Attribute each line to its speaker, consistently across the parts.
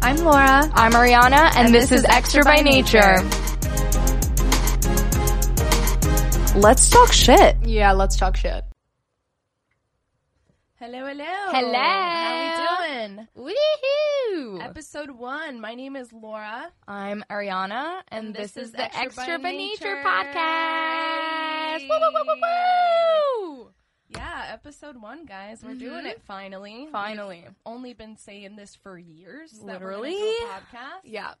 Speaker 1: I'm Laura.
Speaker 2: I'm Ariana, and, this, is Extra by Nature. Let's talk shit.
Speaker 1: Yeah, let's talk shit. Hello, hello.
Speaker 2: Hello.
Speaker 1: How we doing?
Speaker 2: Woohoo!
Speaker 1: Episode one. My name is Laura.
Speaker 2: I'm Ariana, and,
Speaker 1: And
Speaker 2: this,
Speaker 1: this
Speaker 2: is the Extra, by Nature,
Speaker 1: Nature.
Speaker 2: podcast. Woo, woo, woo, woo, woo!
Speaker 1: Yeah, episode one, guys. We're doing
Speaker 2: Mhm.
Speaker 1: it finally.
Speaker 2: Finally.
Speaker 1: We've only been saying this for years. that we're gonna
Speaker 2: Literally.
Speaker 1: do a podcast.
Speaker 2: Yeah,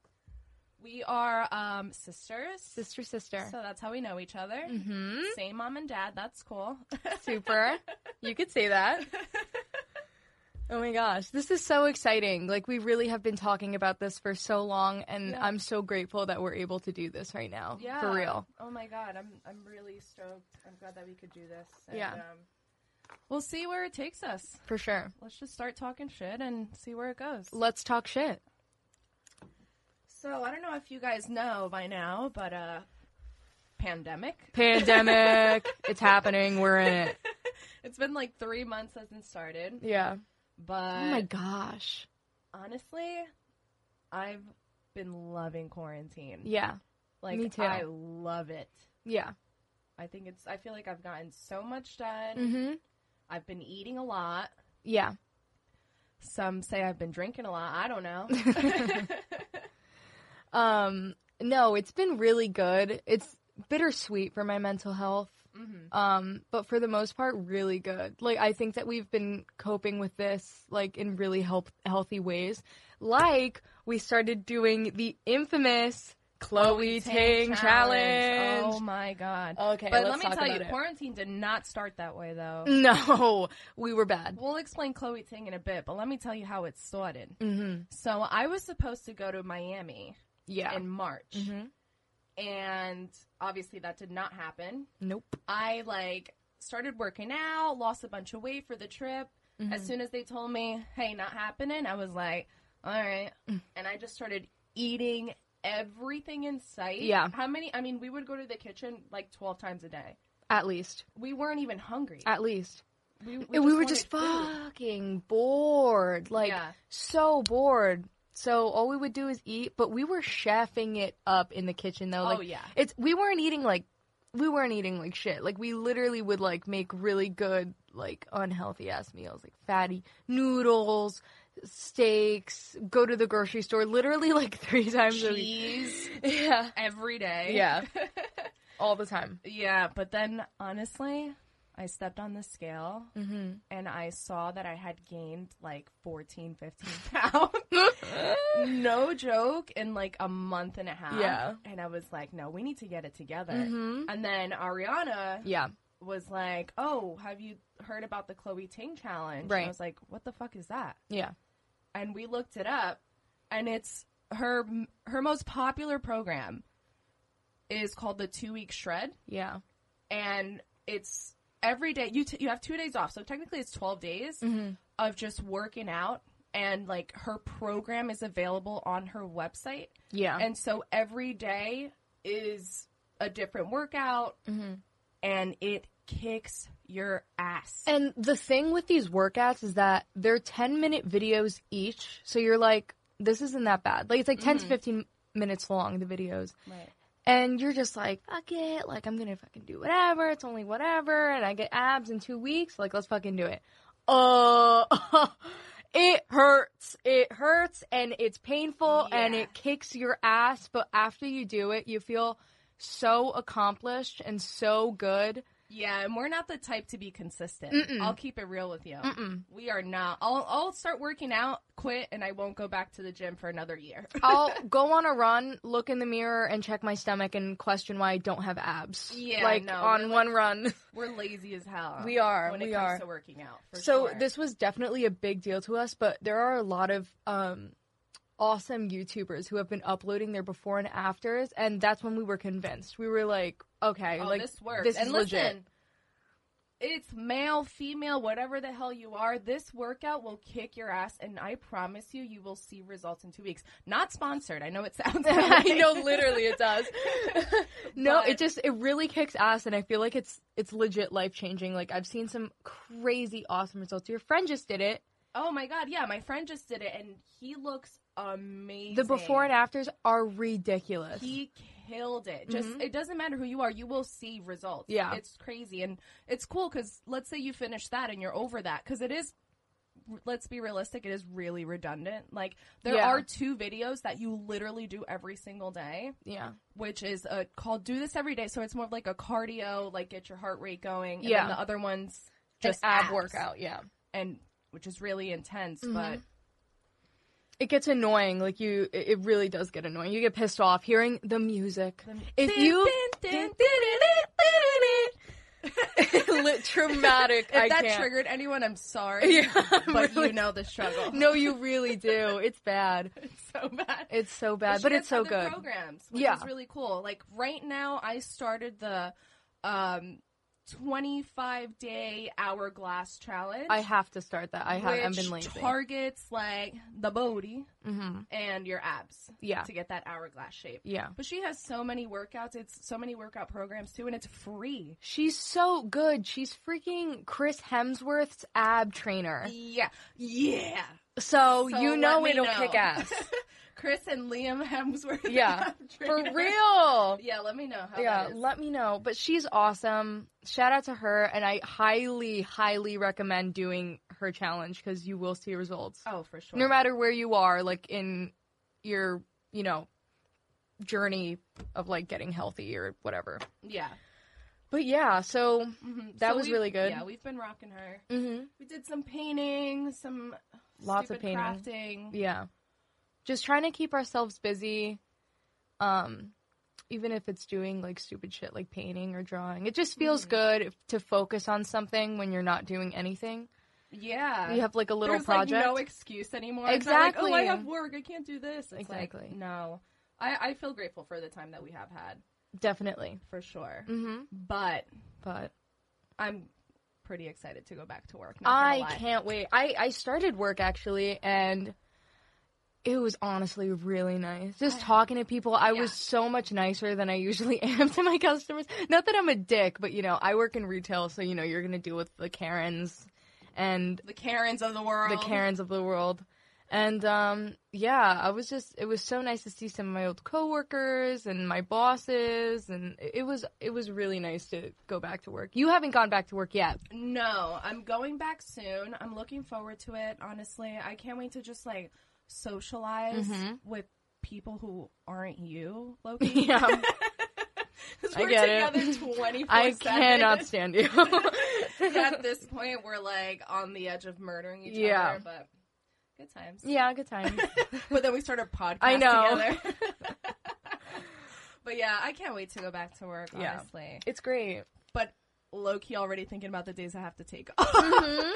Speaker 1: We are um, sisters.
Speaker 2: sister, sister.
Speaker 1: So that's how we know each other.
Speaker 2: mm-hmm.
Speaker 1: Same mom and dad. That's cool.
Speaker 2: Super. you could say that. Oh my gosh, this is so exciting. Like, we really have been talking about this for so long, and
Speaker 1: Yeah.
Speaker 2: I'm so grateful that we're able to do this right now.
Speaker 1: Yeah.
Speaker 2: For real.
Speaker 1: Oh my god, I'm I'm really stoked. I'm glad that we could do this.
Speaker 2: Yeah.
Speaker 1: Um, we'll see where it takes us.
Speaker 2: For sure.
Speaker 1: Let's just start talking shit and see where it goes.
Speaker 2: Let's talk shit.
Speaker 1: So I don't know if you guys know by now, but uh, pandemic.
Speaker 2: Pandemic. it's happening. We're in it.
Speaker 1: It's been like three months since it started,
Speaker 2: Yeah.
Speaker 1: but
Speaker 2: Oh my gosh.
Speaker 1: honestly, I've been loving quarantine.
Speaker 2: Yeah.
Speaker 1: like
Speaker 2: me too.
Speaker 1: I love it.
Speaker 2: Yeah.
Speaker 1: I think it's. I feel like I've gotten so much done.
Speaker 2: Mm-hmm.
Speaker 1: I've been eating a lot.
Speaker 2: Yeah.
Speaker 1: Some say I've been drinking a lot. I don't know. Mm-hmm.
Speaker 2: Um, no, it's been really good. It's bittersweet for my mental health.
Speaker 1: Mhm.
Speaker 2: Um, but for the most part, really good. Like I think that we've been coping with this like in really help healthy ways. Like we started doing the infamous Chloe Ting challenge.
Speaker 1: Oh my god.
Speaker 2: okay,
Speaker 1: but
Speaker 2: let's
Speaker 1: let me
Speaker 2: talk
Speaker 1: tell
Speaker 2: about
Speaker 1: you,
Speaker 2: it.
Speaker 1: quarantine did not start that way though.
Speaker 2: No, we were bad.
Speaker 1: We'll explain Chloe Ting in a bit, but let me tell you how it started.
Speaker 2: Mm-hmm.
Speaker 1: So I was supposed to go to Miami
Speaker 2: Yeah.
Speaker 1: in March,
Speaker 2: mm-hmm.
Speaker 1: and obviously that did not happen.
Speaker 2: Nope.
Speaker 1: I like started working out, lost a bunch of weight for the trip.
Speaker 2: Mm-hmm.
Speaker 1: As soon as they told me, "Hey, not happening," I was like, "All right,"
Speaker 2: Mm.
Speaker 1: and I just started eating everything in sight.
Speaker 2: Yeah.
Speaker 1: How many? I mean, we would go to the kitchen like twelve times a day.
Speaker 2: At least.
Speaker 1: We weren't even hungry.
Speaker 2: At least.
Speaker 1: we,
Speaker 2: Uh, And we were just
Speaker 1: wanted food.
Speaker 2: fucking bored. Like
Speaker 1: Yeah.
Speaker 2: so bored. So all we would do is eat, but we were chefing it up in the kitchen though. Like
Speaker 1: oh yeah.
Speaker 2: it's we weren't eating like we weren't eating like shit. Like we literally would like make really good like unhealthy ass meals, like fatty noodles, steaks, go to the grocery store literally like 3 times a week.
Speaker 1: Cheese
Speaker 2: Yeah.
Speaker 1: every day.
Speaker 2: Yeah. All the time.
Speaker 1: Yeah, but then honestly, I stepped on the scale
Speaker 2: Mhm.
Speaker 1: and I saw that I had gained like 14, 15 pounds. no joke, in like a month and a half.
Speaker 2: Yeah.
Speaker 1: And I was like, no, we need to get it together.
Speaker 2: Mhm.
Speaker 1: And then Ariana
Speaker 2: Yeah.
Speaker 1: was like, oh, have you heard about the Chloe Ting challenge? And
Speaker 2: Right.
Speaker 1: I was like, what the fuck is that?
Speaker 2: Yeah.
Speaker 1: And we looked it up and it's her her most popular program is called the 2 week shred
Speaker 2: Yeah.
Speaker 1: and it's every day you t- you have two days off so technically it's 12 days
Speaker 2: Mhm.
Speaker 1: of just working out and like her program is available on her website
Speaker 2: Yeah.
Speaker 1: and so every day is a different workout
Speaker 2: Mhm.
Speaker 1: and it kicks your ass
Speaker 2: And the thing with these workouts is that they're 10 minute videos each. So you're like, this isn't that bad. Like, it's like 10 to 15 minutes long, the videos.
Speaker 1: right.
Speaker 2: And you're just like, fuck it. Like, I'm going to fucking do whatever. It's only whatever. And I get abs in two weeks. Like, let's fucking do it. Uh, it hurts. It hurts and it's painful and
Speaker 1: Yeah.
Speaker 2: it kicks your ass. But after you do it, you feel so accomplished and so good.
Speaker 1: yeah and we're not the type to be consistent
Speaker 2: Mm-mm. Mm.
Speaker 1: i'll keep it real with you
Speaker 2: Mm-mm.
Speaker 1: we are not I'll, I'll start working out quit and i won't go back to the gym for another year
Speaker 2: I'll go on a run, look in the mirror, and check my stomach and question why I don't have abs.
Speaker 1: Yeah,
Speaker 2: like
Speaker 1: no,
Speaker 2: on
Speaker 1: we're, like,
Speaker 2: one run.
Speaker 1: we're lazy as hell
Speaker 2: We are,
Speaker 1: when
Speaker 2: we
Speaker 1: it comes
Speaker 2: are.
Speaker 1: to working out for
Speaker 2: So
Speaker 1: sure.
Speaker 2: this was definitely a big deal to us, but there are a lot of um, awesome YouTubers who have been uploading their before and afters, and that's when we were convinced. We were like, okay,
Speaker 1: Oh,
Speaker 2: like
Speaker 1: this works.
Speaker 2: this
Speaker 1: and
Speaker 2: is
Speaker 1: listen,
Speaker 2: legit.
Speaker 1: It's male, female, whatever the hell you are. This workout will kick your ass, and I promise you, you will see results in two weeks. Not sponsored. I know it sounds. that
Speaker 2: I
Speaker 1: way.
Speaker 2: know, literally, it does. no,
Speaker 1: But-
Speaker 2: it just it really kicks ass, and I feel like it's it's legit life changing. Like I've seen some crazy awesome results. Your friend just did it.
Speaker 1: Oh my god, yeah, my friend just did it and he looks amazing.
Speaker 2: The before and afters are ridiculous.
Speaker 1: He killed it. Just
Speaker 2: Mhm.
Speaker 1: it doesn't matter who you are, you will see results.
Speaker 2: Yeah.
Speaker 1: it's crazy and it's cool because let's say you finish that and you're over that because it is. Let's be realistic; it is really redundant. Like there
Speaker 2: Yeah.
Speaker 1: are two videos that you literally do every single day,
Speaker 2: yeah.
Speaker 1: which is uh, called "Do This Every Day." So it's more of like a cardio, like get your heart rate going. And
Speaker 2: Yeah.
Speaker 1: then the other ones
Speaker 2: Just
Speaker 1: just
Speaker 2: ab
Speaker 1: abs,
Speaker 2: workout, yeah.
Speaker 1: and which is really intense,
Speaker 2: Mhm.
Speaker 1: but
Speaker 2: It gets annoying. Like you it it really does get annoying. You get pissed off hearing the music. If you Lit- traumatic
Speaker 1: If
Speaker 2: I
Speaker 1: that
Speaker 2: can't.
Speaker 1: triggered anyone, I'm sorry.
Speaker 2: Yeah, I'm
Speaker 1: but
Speaker 2: really
Speaker 1: you know the struggle.
Speaker 2: No, you really do. It's bad.
Speaker 1: it's so bad.
Speaker 2: It's so bad, but
Speaker 1: she
Speaker 2: it's
Speaker 1: has
Speaker 2: so
Speaker 1: other
Speaker 2: good.
Speaker 1: Programs, which
Speaker 2: Yeah.
Speaker 1: is really cool. Like right now, I started the um, 25 day hourglass challenge.
Speaker 2: I have to start that. I have. I've
Speaker 1: which
Speaker 2: been lazy.
Speaker 1: Targets like the body
Speaker 2: hmm
Speaker 1: and your abs
Speaker 2: Yeah,
Speaker 1: to get that hourglass shape.
Speaker 2: yeah.
Speaker 1: But she has so many workouts. It's so many workout programs too, and it's free.
Speaker 2: She's so good. She's freaking Chris Hemsworth's ab trainer.
Speaker 1: Yeah, yeah.
Speaker 2: So,
Speaker 1: So
Speaker 2: Oh, you
Speaker 1: let
Speaker 2: know
Speaker 1: me
Speaker 2: it'll
Speaker 1: know.
Speaker 2: kick ass
Speaker 1: Chris and Liam Hemsworth.
Speaker 2: Yeah. for
Speaker 1: trainer.
Speaker 2: real.
Speaker 1: Yeah, let me know how.
Speaker 2: Yeah,
Speaker 1: that is.
Speaker 2: let me know. But she's awesome. Shout out to her, and I highly, highly recommend doing her challenge because you will see results.
Speaker 1: oh, for sure.
Speaker 2: no matter where you are like in your you know journey of like getting healthy or whatever
Speaker 1: yeah.
Speaker 2: but yeah so
Speaker 1: Mhm.
Speaker 2: That
Speaker 1: So
Speaker 2: was
Speaker 1: we've-
Speaker 2: really good.
Speaker 1: Yeah, we've been rocking her. We did some painting, some
Speaker 2: Lots of
Speaker 1: stupid crafting.
Speaker 2: yeah just trying to keep ourselves busy um even if it's doing like stupid shit like painting or drawing it just feels
Speaker 1: Mhm.
Speaker 2: good if- to focus on something when you're not doing anything
Speaker 1: Yeah,
Speaker 2: you have like a little
Speaker 1: There's,
Speaker 2: project
Speaker 1: Like, no excuse anymore. It's not
Speaker 2: Exactly.
Speaker 1: Like, oh, I have work. I can't do this. It's
Speaker 2: Exactly.
Speaker 1: Like, no, I I feel grateful for the time that we have had
Speaker 2: definitely
Speaker 1: for sure.
Speaker 2: mm-hmm
Speaker 1: But
Speaker 2: but
Speaker 1: I'm pretty excited to go back to work. Not gonna
Speaker 2: I
Speaker 1: lie.
Speaker 2: can't wait. I I started work actually and it was honestly really nice. Just
Speaker 1: I-
Speaker 2: talking to people, I was
Speaker 1: Yeah.
Speaker 2: so much nicer than I usually am to my customers. Not that I'm a dick, but you know, I work in retail, so you know, you're going to deal with the Karens and
Speaker 1: The Karens of the world.
Speaker 2: the Karens of the world. And um yeah, I was just it was so nice to see some of my old coworkers and my bosses and it it was it was really nice to go back to work. You haven't gone back to work yet.
Speaker 1: No, I'm going back soon. I'm looking forward to it. Honestly, I can't wait to just like socialize
Speaker 2: Mhm.
Speaker 1: with people who aren't you, Loki.
Speaker 2: Yeah.
Speaker 1: Because
Speaker 2: I
Speaker 1: we're
Speaker 2: get it.
Speaker 1: together 24
Speaker 2: I cannot stand you.
Speaker 1: At this point, we're like on the edge of murdering each
Speaker 2: Yeah.
Speaker 1: other, but good times.
Speaker 2: yeah, good time.
Speaker 1: But then we start a podcast
Speaker 2: I know.
Speaker 1: together. but yeah, I can't wait to go back to work,
Speaker 2: Yeah.
Speaker 1: honestly.
Speaker 2: It's great.
Speaker 1: But low key already thinking about the days I have to take off. Mm-hmm.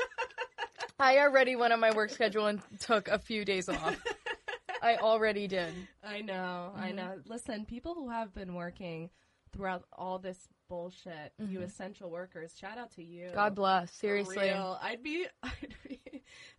Speaker 2: I already went on my work schedule and took a few days off. I already did.
Speaker 1: I know, I
Speaker 2: Mhm.
Speaker 1: know. Listen, people who have been working throughout all this bullshit, you
Speaker 2: Mhm.
Speaker 1: essential workers, shout out to you.
Speaker 2: God bless.
Speaker 1: For
Speaker 2: Seriously.
Speaker 1: real. I'd be, I'd be,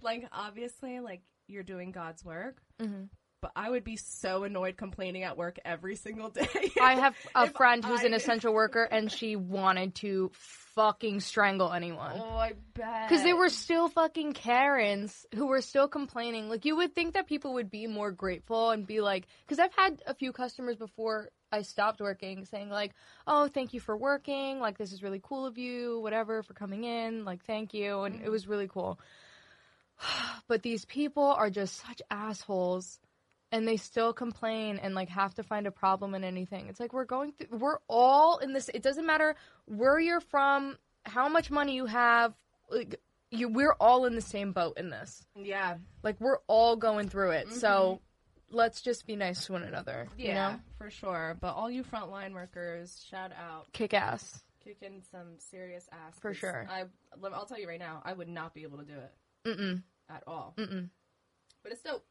Speaker 1: like, obviously, like, you're doing God's work,
Speaker 2: Mhm.
Speaker 1: but I would be so annoyed complaining at work every single day.
Speaker 2: I have a
Speaker 1: If
Speaker 2: friend who's an
Speaker 1: I-
Speaker 2: essential worker and she wanted to fucking strangle anyone.
Speaker 1: oh, I bet.
Speaker 2: Because there were still fucking Karens who were still complaining. Like, you would think that people would be more grateful and be like, because I've had a few customers before I stopped working saying, like, oh, thank you for working. Like, this is really cool of you, whatever, for coming in. Like, thank you. And it
Speaker 1: Mhm.
Speaker 2: was really cool. but these people are just such assholes. And they still complain and like have to find a problem in anything. It's like we're going through, we're all in this. It doesn't matter where you're from, how much money you have, like you we're all in the same boat in this.
Speaker 1: Yeah.
Speaker 2: Like we're all going through it. So let's just be nice to one another.
Speaker 1: Yeah,
Speaker 2: You know?
Speaker 1: for sure. But all you frontline workers, shout out.
Speaker 2: Kick ass.
Speaker 1: Kicking some serious ass.
Speaker 2: For
Speaker 1: 'cause
Speaker 2: sure.
Speaker 1: I, I'll tell you right now, I would not be able to do it
Speaker 2: Mm-mm.
Speaker 1: at all.
Speaker 2: Mm-mm.
Speaker 1: but it's dope.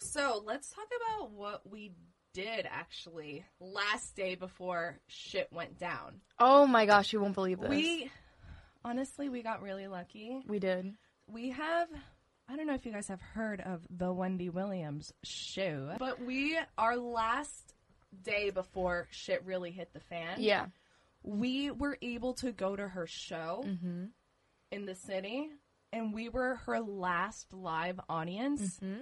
Speaker 1: So let's talk about what we did actually last day before shit went down.
Speaker 2: Oh my gosh, you won't believe this.
Speaker 1: We honestly we got really lucky.
Speaker 2: we did.
Speaker 1: We have I don't know if you guys have heard of the Wendy Williams show, but we our last day before shit really hit the fan.
Speaker 2: Yeah.
Speaker 1: We were able to go to her show
Speaker 2: Mm-hmm.
Speaker 1: in the city and we were her last live audience,
Speaker 2: Mhm.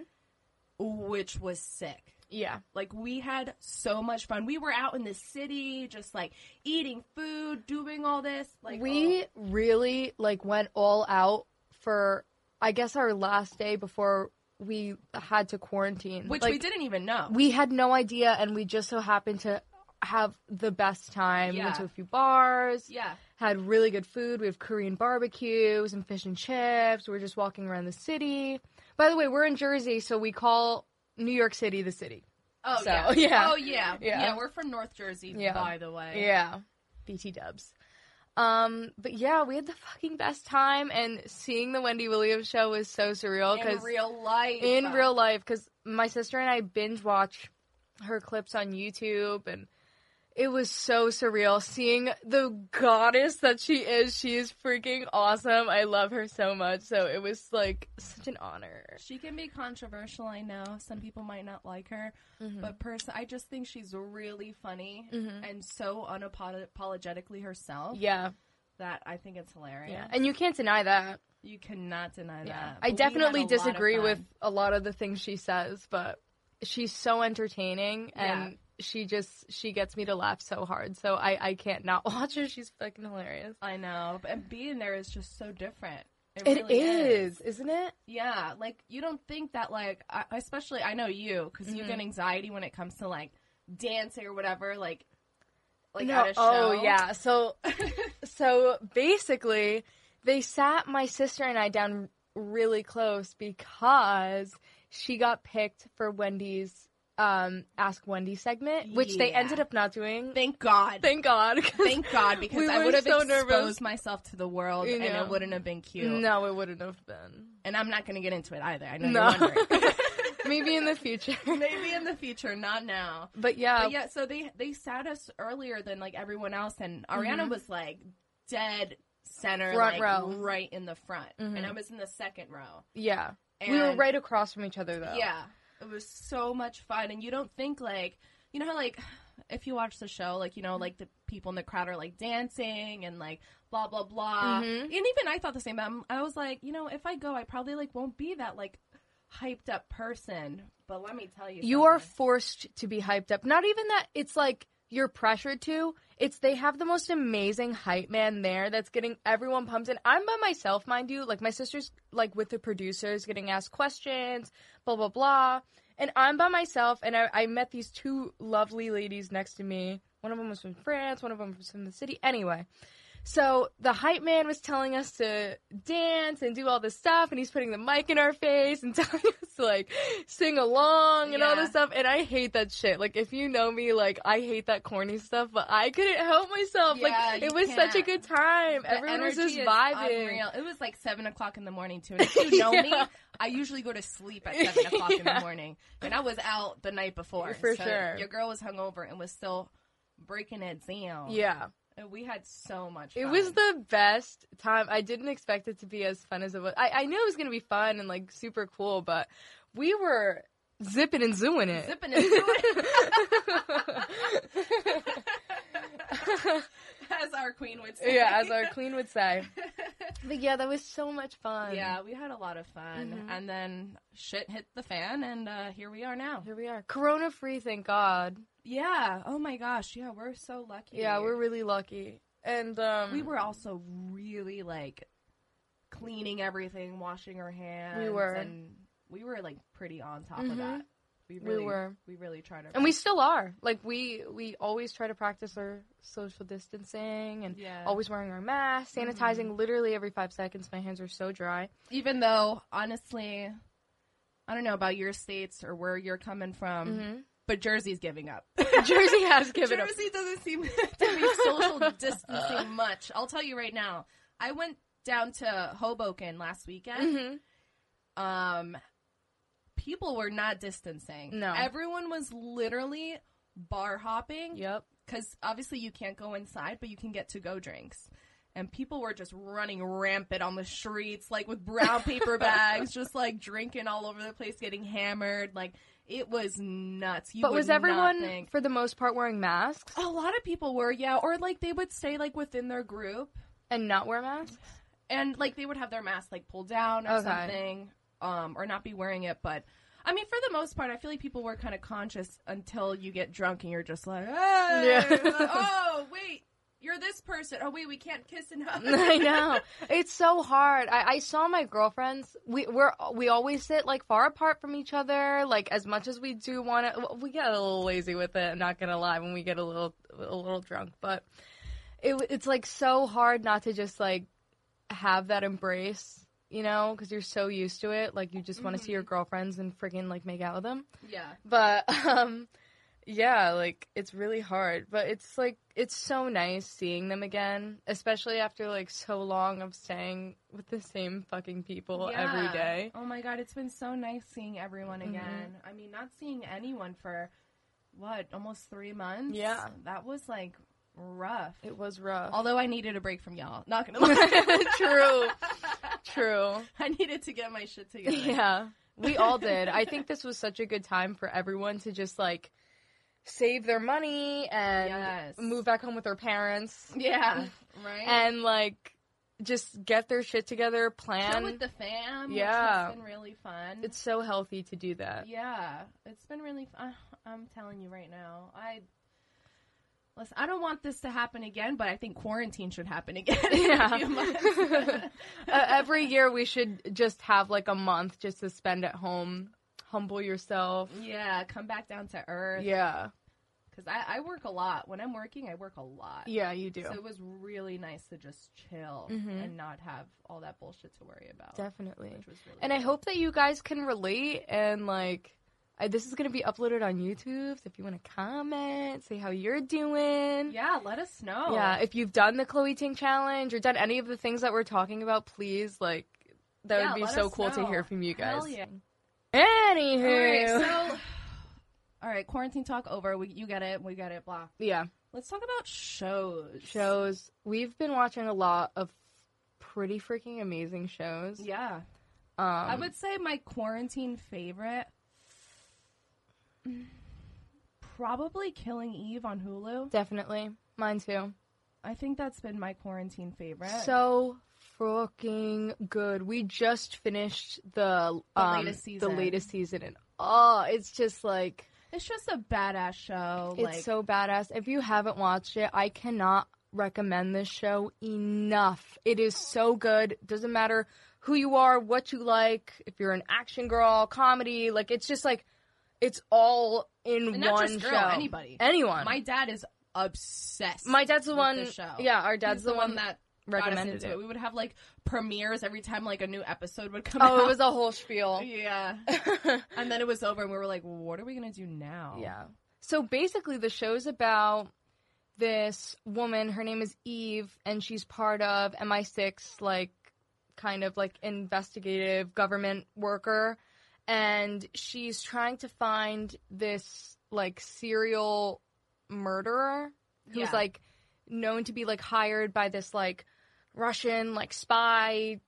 Speaker 1: which was sick.
Speaker 2: Yeah.
Speaker 1: Like we had so much fun. We were out in the city, just like eating food, doing all this. Like oh,
Speaker 2: we really like went all out for I guess our last day before we had to quarantine.
Speaker 1: oh, which
Speaker 2: like,
Speaker 1: we didn't even know.
Speaker 2: we had no idea and we just so happened to have the best time. We went
Speaker 1: Yeah.
Speaker 2: to a few bars,
Speaker 1: yeah,
Speaker 2: had really good food. We have Korean barbecues and fish and chips. We were just walking around the city. By the way, we're in Jersey, so we call New York City the city.
Speaker 1: Oh
Speaker 2: So,
Speaker 1: yeah.
Speaker 2: yeah.
Speaker 1: Oh yeah.
Speaker 2: Yeah.
Speaker 1: yeah. we're from North Jersey,
Speaker 2: Yeah.
Speaker 1: by the way.
Speaker 2: Yeah. BT dubs. Um, but yeah, we had the fucking best time and seeing the Wendy Williams show was so surreal
Speaker 1: In
Speaker 2: cuz
Speaker 1: real life. Uh,
Speaker 2: in real life cuz my sister and I binge watch her clips on YouTube and it was so surreal seeing the goddess that she is. She is freaking awesome. I love her so much. So it was like such an honor.
Speaker 1: She can be controversial, I know. Some people might not like her,
Speaker 2: Mm-hmm.
Speaker 1: but person I just think she's really funny
Speaker 2: Mhm.
Speaker 1: and so unapologetically herself
Speaker 2: Yeah,
Speaker 1: that I think it's hilarious.
Speaker 2: yeah. And you can't deny that.
Speaker 1: You cannot deny
Speaker 2: Yeah.
Speaker 1: that.
Speaker 2: I
Speaker 1: But we had a
Speaker 2: definitely
Speaker 1: lot of
Speaker 2: disagree
Speaker 1: fun.
Speaker 2: with a lot of the things she says, but she's so entertaining and she just she gets me to laugh so hard. So I I can't not watch her. She's fucking hilarious.
Speaker 1: I know, but and being there is just so different. It,
Speaker 2: It
Speaker 1: really
Speaker 2: is, isn't it?
Speaker 1: Yeah, like you don't think that like I, especially I know you because you
Speaker 2: Mm-hmm.
Speaker 1: get anxiety when it comes to like dancing or whatever like like at a show.
Speaker 2: Oh yeah. So so basically they sat my sister and I down really close because she got picked for Wendy's um ask Wendy segment, which they
Speaker 1: Yeah.
Speaker 2: ended up not doing.
Speaker 1: Thank God.
Speaker 2: Thank God. 'cause-
Speaker 1: Thank God because
Speaker 2: We
Speaker 1: I
Speaker 2: were
Speaker 1: would have
Speaker 2: so
Speaker 1: exposed
Speaker 2: nervous.
Speaker 1: myself to the world
Speaker 2: You
Speaker 1: and
Speaker 2: know.
Speaker 1: it wouldn't have been cute.
Speaker 2: No, it wouldn't have been.
Speaker 1: And I'm not going to get into it either. I know
Speaker 2: No.
Speaker 1: you're wondering.
Speaker 2: Maybe in the future.
Speaker 1: Maybe in the future, not now.
Speaker 2: But yeah,
Speaker 1: But yeah, so they they sat us earlier than like everyone else, and Ariana was like dead center,
Speaker 2: Mm-hmm. Front
Speaker 1: like
Speaker 2: row.
Speaker 1: right in the front,
Speaker 2: Mhm.
Speaker 1: and I was in the second row.
Speaker 2: yeah.
Speaker 1: And
Speaker 2: we were right across from each other though.
Speaker 1: Yeah, it was so much fun, and you don't think like you know how like if you watch the show, like you know like the people in the crowd are like dancing and like blah blah blah,
Speaker 2: Mhm.
Speaker 1: and even I thought the same. But I'm- I was like, you know, if I go, I probably like won't be that like hyped up person. But let me tell you,
Speaker 2: You are
Speaker 1: something.
Speaker 2: forced to be hyped up. Not even that it's like you're pressured to. It's they have the most amazing hype man there that's getting everyone pumped and I'm by myself, mind you. Like my sister's like with the producers getting asked questions, blah blah blah. And I'm by myself and I, I met these two lovely ladies next to me. One of them was from France, one of them was from the city. Anyway, So the hype man was telling us to dance and do all this stuff, and he's putting the mic in our face and telling us to like sing along and all
Speaker 1: Yeah.
Speaker 2: this stuff. And I hate that shit. Like if you know me, like I hate that corny stuff, but I couldn't help myself.
Speaker 1: Yeah,
Speaker 2: like
Speaker 1: you
Speaker 2: it was such a
Speaker 1: can't.
Speaker 2: good time.
Speaker 1: The
Speaker 2: Everyone was just
Speaker 1: energy is
Speaker 2: vibing.
Speaker 1: unreal. It was like seven o'clock in the morning too. And if you know me,
Speaker 2: Yeah.
Speaker 1: I usually go to sleep at seven o'clock in
Speaker 2: Yeah.
Speaker 1: the morning, and I was out the night before.
Speaker 2: For
Speaker 1: so
Speaker 2: sure.
Speaker 1: your girl was hungover and was still breaking it down.
Speaker 2: Yeah,
Speaker 1: And we had so much.
Speaker 2: it
Speaker 1: fun.
Speaker 2: was the best time. I didn't expect it to be as fun as it was. I, I knew it was gonna be fun and like super cool, but we were zipping and zooing it.
Speaker 1: zipping and doing as our queen would say.
Speaker 2: yeah, as our queen would say. But yeah, that was so much fun.
Speaker 1: yeah, we had a lot of fun,
Speaker 2: Mhm.
Speaker 1: and then shit hit the fan, and uh, here we are now.
Speaker 2: Here we are. Corona free, thank God.
Speaker 1: Yeah. Oh my gosh. Yeah, we're so lucky.
Speaker 2: Yeah, we're really lucky. And um
Speaker 1: We were also really like cleaning everything, washing our hands.
Speaker 2: were.
Speaker 1: and we were like pretty on top
Speaker 2: Mhm.
Speaker 1: of that. Mm-hmm. We
Speaker 2: We
Speaker 1: really
Speaker 2: were.
Speaker 1: We really tried our
Speaker 2: and we
Speaker 1: best.
Speaker 2: still are. Like we we always try to practice our social distancing and
Speaker 1: yeah. Mm-hmm.
Speaker 2: always wearing our mask, sanitizing literally every 5 seconds. My hands are so dry.
Speaker 1: Even though honestly, I don't know about your states or where you're coming from, but Jersey's giving up.
Speaker 2: Jersey has given up.
Speaker 1: Jersey doesn't seem to be social distancing much. I'll tell you right now. I went down to Hoboken last weekend.
Speaker 2: Mhm.
Speaker 1: um people were not distancing.
Speaker 2: No.
Speaker 1: Everyone was literally bar hopping
Speaker 2: Yep.
Speaker 1: cuz obviously you can't go inside but you can get to go drinks. And people were just running rampant on the streets like with brown paper bags just like drinking all over the place getting hammered like it was nuts. You
Speaker 2: but
Speaker 1: would
Speaker 2: was
Speaker 1: not
Speaker 2: everyone
Speaker 1: think-
Speaker 2: for the most part wearing masks
Speaker 1: a lot of people were, yeah, or like they would stay like within their group
Speaker 2: and not wear masks?
Speaker 1: and like they would have their mask like pulled down or
Speaker 2: Okay.
Speaker 1: something, um, or not be wearing it. But I mean, for the most part, I feel like people were kind of conscious until you get drunk and you're just like, hey,
Speaker 2: Yeah.
Speaker 1: oh wait, you're this person. Oh wait, we can't kiss and hug.
Speaker 2: I know it's so hard. I, I saw my girlfriends. We we're we always sit like far apart from each other. Like as much as we do want to, we get a little lazy with it. I'm not gonna lie. When we get a little a little drunk, but it, w- it's like so hard not to just like have that embrace. You know, because you're so used to it. Like you just want to see your girlfriends and freaking like make out with them.
Speaker 1: yeah,
Speaker 2: But um yeah, like it's really hard, but it's like it's so nice seeing them again, especially after like so long of staying with the same fucking people every
Speaker 1: Yeah.
Speaker 2: day.
Speaker 1: Oh my god, it's been so nice seeing everyone
Speaker 2: Mm-hmm.
Speaker 1: again. I mean, not seeing anyone for what almost three months.
Speaker 2: Yeah.
Speaker 1: that was like rough.
Speaker 2: It was rough.
Speaker 1: Although I needed a break from y'all, not gonna lie.
Speaker 2: true. True.
Speaker 1: I needed to get my shit together.
Speaker 2: Yeah. We all did. I think this was such a good time for everyone to just like save their money and
Speaker 1: Yes.
Speaker 2: move back home with their parents
Speaker 1: Yeah. Right.
Speaker 2: and like just get their shit together, plan
Speaker 1: Chill with the fam.
Speaker 2: Yeah.
Speaker 1: Which has been really fun.
Speaker 2: It's so healthy to do that.
Speaker 1: yeah. It's been really. Fun. I'm telling you right now. I. Listen, I don't want this to happen again, but I think quarantine should happen again. in a
Speaker 2: Yeah.
Speaker 1: few months.
Speaker 2: Uh, every year we should just have like a month just to spend at home, humble yourself.
Speaker 1: yeah. Come back down to earth.
Speaker 2: Yeah.
Speaker 1: Because I, I work a lot. When I'm working, I work a lot.
Speaker 2: Yeah, you do.
Speaker 1: So it was really nice to just chill
Speaker 2: Mhm.
Speaker 1: and not have all that bullshit to worry about.
Speaker 2: Definitely.
Speaker 1: Which was really
Speaker 2: And I
Speaker 1: good.
Speaker 2: hope that you guys can relate and like I, this is going to be uploaded on YouTube. So if you want to comment, say how you're doing.
Speaker 1: Yeah, let us know.
Speaker 2: Yeah, if you've done the Chloe Ting challenge or done any of the things that we're talking about, please like that
Speaker 1: Yeah,
Speaker 2: would be
Speaker 1: let
Speaker 2: so
Speaker 1: us
Speaker 2: cool to
Speaker 1: know.
Speaker 2: hear from you guys.
Speaker 1: Hell yeah.
Speaker 2: Anywho.
Speaker 1: All right, so all right, quarantine talk over. We, you get it. We get it. Blah.
Speaker 2: yeah.
Speaker 1: Let's talk about shows.
Speaker 2: shows. We've been watching a lot of pretty freaking amazing shows.
Speaker 1: Yeah,
Speaker 2: Um,
Speaker 1: I would say my quarantine favorite, probably Killing Eve on Hulu.
Speaker 2: definitely mine too.
Speaker 1: I think that's been my quarantine favorite.
Speaker 2: So freaking good. We just finished the
Speaker 1: The
Speaker 2: um,
Speaker 1: latest
Speaker 2: the
Speaker 1: season.
Speaker 2: latest season, and oh, it's just like
Speaker 1: it's just a badass show.
Speaker 2: it's
Speaker 1: like,
Speaker 2: so badass. If you haven't watched it, I cannot recommend this show enough. It is so good. Doesn't matter who you are, what you like, if you're an action girl, comedy, like it's just like it's all in one
Speaker 1: And not just girl,
Speaker 2: show.
Speaker 1: anybody.
Speaker 2: Anyone.
Speaker 1: my dad is obsessed.
Speaker 2: My dad's the
Speaker 1: with
Speaker 2: one
Speaker 1: this show.
Speaker 2: Yeah, our
Speaker 1: He's
Speaker 2: dad's the, one, that
Speaker 1: that got us
Speaker 2: recommended
Speaker 1: into
Speaker 2: it.
Speaker 1: it. We would have like premieres every time like a new episode would come out.
Speaker 2: Oh, it was a whole spiel.
Speaker 1: yeah. And then it was over, and we were like, "What are we gonna do now?"
Speaker 2: Yeah. So basically, the show's about this woman. Her name is Eve, and she's part of MI6, like kind of like investigative government worker, and she's trying to find this like serial murderer who's
Speaker 1: Yeah.
Speaker 2: like known to be like hired by this like Russian like spy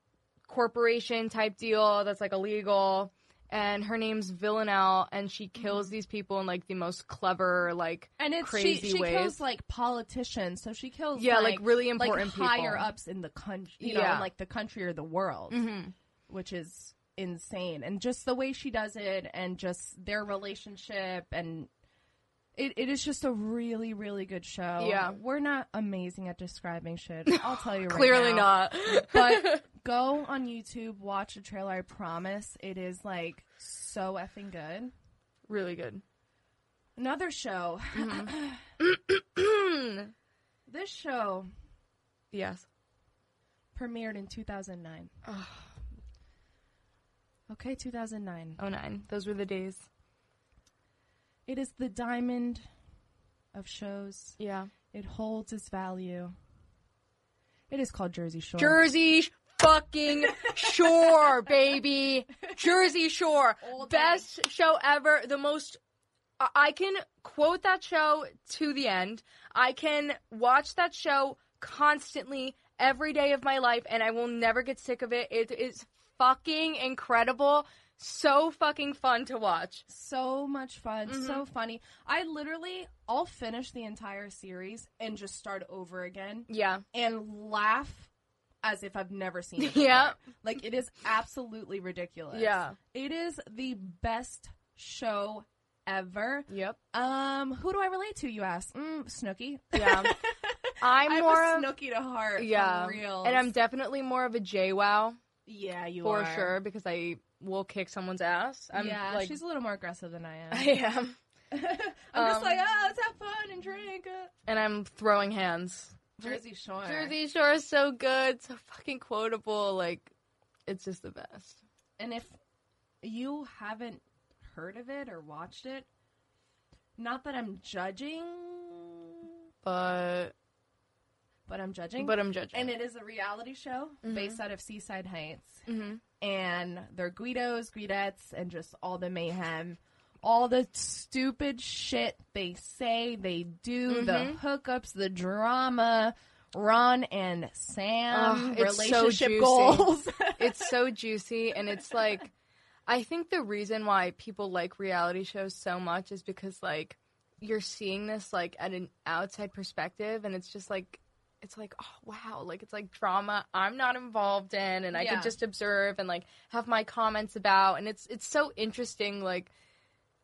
Speaker 2: corporation type deal that's like illegal. And her name's Villanelle, and she kills
Speaker 1: Mm-hmm.
Speaker 2: these people in like the most clever, like
Speaker 1: and it's
Speaker 2: crazy
Speaker 1: she, she
Speaker 2: ways.
Speaker 1: kills like politicians, so she kills
Speaker 2: yeah, like,
Speaker 1: like,
Speaker 2: really
Speaker 1: like,
Speaker 2: important people.
Speaker 1: higher ups in the country, you know,
Speaker 2: Yeah.
Speaker 1: in, like the country or the world,
Speaker 2: Mhm.
Speaker 1: which is insane. And just the way she does it, and just their relationship, and it, it is just a really really good show.
Speaker 2: Yeah.
Speaker 1: we're not amazing at describing shit. I'll tell you, right
Speaker 2: Clearly
Speaker 1: now.
Speaker 2: not.
Speaker 1: Mm-hmm. But go on YouTube, watch the trailer. I promise it is like so effing good.
Speaker 2: really good.
Speaker 1: Another show.
Speaker 2: Mm-hmm.
Speaker 1: this show
Speaker 2: yes.
Speaker 1: premiered in 2009.
Speaker 2: Ugh.
Speaker 1: Okay, 2009.
Speaker 2: Oh nine. Those were the days.
Speaker 1: It is the diamond of shows.
Speaker 2: Yeah.
Speaker 1: It holds its value. It is called Jersey Shore.
Speaker 2: Jersey sh- fucking Shore, baby. Jersey Shore.
Speaker 1: All day.
Speaker 2: Best show ever. The most. I- I can quote that show to the end. I can watch that show constantly every day of my life, and I will never get sick of it. It is fucking incredible. So fucking fun to watch.
Speaker 1: so much fun, so
Speaker 2: Mm-hmm.
Speaker 1: funny. I literally, I'll finish the entire series and just start over again
Speaker 2: Yeah.
Speaker 1: and laugh as if I've never seen it.
Speaker 2: Yeah.
Speaker 1: before. Like it is absolutely ridiculous.
Speaker 2: Yeah.
Speaker 1: It is the best show ever.
Speaker 2: Yep.
Speaker 1: Um, who do I relate to, you ask? Mm, Snooky.
Speaker 2: Yeah. I'm
Speaker 1: I'm
Speaker 2: more
Speaker 1: a
Speaker 2: of-
Speaker 1: Snooky to heart.
Speaker 2: yeah,
Speaker 1: For real.
Speaker 2: and I'm definitely more of a JWoww
Speaker 1: Yeah, you
Speaker 2: for
Speaker 1: are.
Speaker 2: sure because I will kick someone's ass. I'm
Speaker 1: yeah,
Speaker 2: like,
Speaker 1: she's a little more aggressive than I am.
Speaker 2: I am,
Speaker 1: I'm just
Speaker 2: Um,
Speaker 1: like, oh, let's have fun and drink. uh."
Speaker 2: and I'm throwing hands.
Speaker 1: Jersey Shore.
Speaker 2: Jersey Shore is so good, so fucking quotable. Like, it's just the best.
Speaker 1: And if you haven't heard of it or watched it, not that I'm judging,
Speaker 2: But
Speaker 1: but I'm judging.
Speaker 2: but Mm-hmm. I'm judging.
Speaker 1: and it is a reality show based out of Seaside Heights.
Speaker 2: hmm
Speaker 1: And they're Guidos, Guidettes, and just all the mayhem. All the stupid shit they say, they do,
Speaker 2: Mm-hmm.
Speaker 1: the hookups, the drama, Ron and Sam,
Speaker 2: Ugh, it's so
Speaker 1: relationship
Speaker 2: juicy.
Speaker 1: goals.
Speaker 2: it's so juicy and it's like i think the reason why people like reality shows so much is because like you're seeing this like at an outside perspective and it's just like it's like oh wow like it's like drama i'm not involved in and i
Speaker 1: Yeah.
Speaker 2: can just observe and like have my comments about and it's it's so interesting like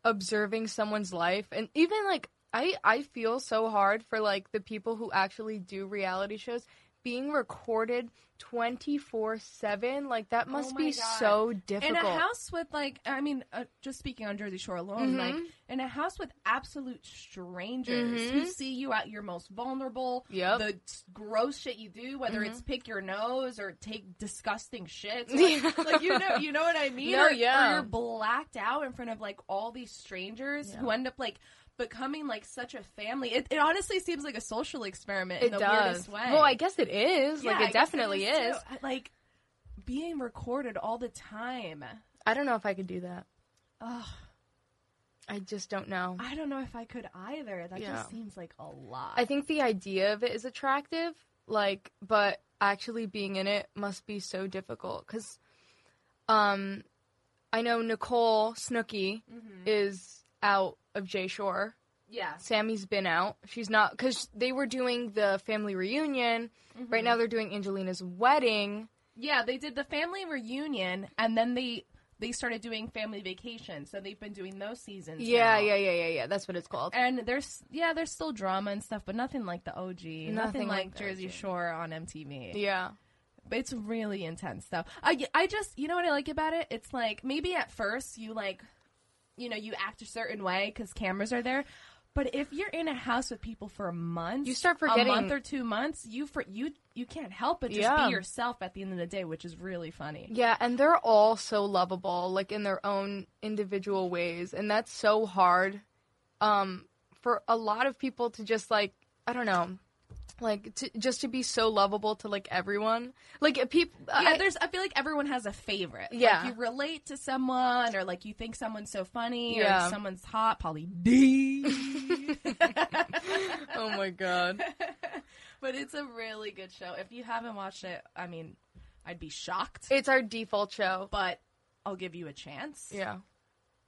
Speaker 2: observing someone's life and even like i i feel so hard for like the people who actually do reality shows being recorded 24/7 like that must
Speaker 1: Oh my
Speaker 2: be
Speaker 1: God.
Speaker 2: so
Speaker 1: in
Speaker 2: difficult
Speaker 1: a house with like i mean uh, just speaking on jersey shore alone like
Speaker 2: Mhm.
Speaker 1: in a house with absolute strangers
Speaker 2: Mhm.
Speaker 1: who see you at your most vulnerable
Speaker 2: Yep. Mm-hmm.
Speaker 1: the s- gross shit you do whether it's pick your nose or take disgusting shit like,
Speaker 2: Yeah.
Speaker 1: like, you know you know what i mean
Speaker 2: No,
Speaker 1: or,
Speaker 2: yeah.
Speaker 1: or you're blacked out in front of like all these strangers who
Speaker 2: Yeah.
Speaker 1: end up like becoming like such a family it, it honestly seems like a social experiment in
Speaker 2: it
Speaker 1: the
Speaker 2: does
Speaker 1: weirdest way
Speaker 2: well i guess it is
Speaker 1: Yeah,
Speaker 2: like
Speaker 1: I
Speaker 2: it
Speaker 1: guess
Speaker 2: definitely
Speaker 1: is,
Speaker 2: is
Speaker 1: too. like being recorded all the time
Speaker 2: i don't know if i could do that
Speaker 1: Ugh.
Speaker 2: i just don't know
Speaker 1: I don't know if I could either. That
Speaker 2: Yeah.
Speaker 1: just seems like a lot.
Speaker 2: I think the idea of it is attractive, like, but actually being in it must be so difficult because, um, I know Nicole Snooki is out of Jay Shore.
Speaker 1: yeah.
Speaker 2: Sammy's been out. She's not because they were doing the family reunion. Right now they're doing Angelina's wedding.
Speaker 1: Yeah, they did the family reunion and then they they started doing family vacation. So they've been doing those seasons.
Speaker 2: Yeah,
Speaker 1: now.
Speaker 2: yeah, yeah, yeah, yeah. That's what it's called.
Speaker 1: And there's yeah, there's still drama and stuff, but nothing like the OG. Nothing,
Speaker 2: Nothing
Speaker 1: like,
Speaker 2: like the
Speaker 1: Jersey
Speaker 2: OG.
Speaker 1: Shore on MTV.
Speaker 2: Yeah,
Speaker 1: It's really intense stuff. I I just you know what I like about it? It's like maybe at first you like you know, you act a certain way cuz cameras are there. But if you're in a house with people for a month,
Speaker 2: You start forgetting-
Speaker 1: a month or two months. You for you you can't help but just
Speaker 2: Yeah.
Speaker 1: be yourself at the end of the day, which is really funny.
Speaker 2: yeah, and they're all so lovable, like in their own individual ways, and that's so hard um, for a lot of people to just like I don't know, like to, just to be so lovable to like everyone. Like uh, people,
Speaker 1: Yeah, there's. I feel like everyone has a favorite. Like,
Speaker 2: Yeah.
Speaker 1: you relate to someone, or like you think someone's so funny,
Speaker 2: Yeah.
Speaker 1: or someone's hot. Probably D.
Speaker 2: oh my god,
Speaker 1: but it's a really good show. If you haven't watched it, I mean, I'd be shocked.
Speaker 2: it's our default show.
Speaker 1: but I'll give you a chance.
Speaker 2: Yeah,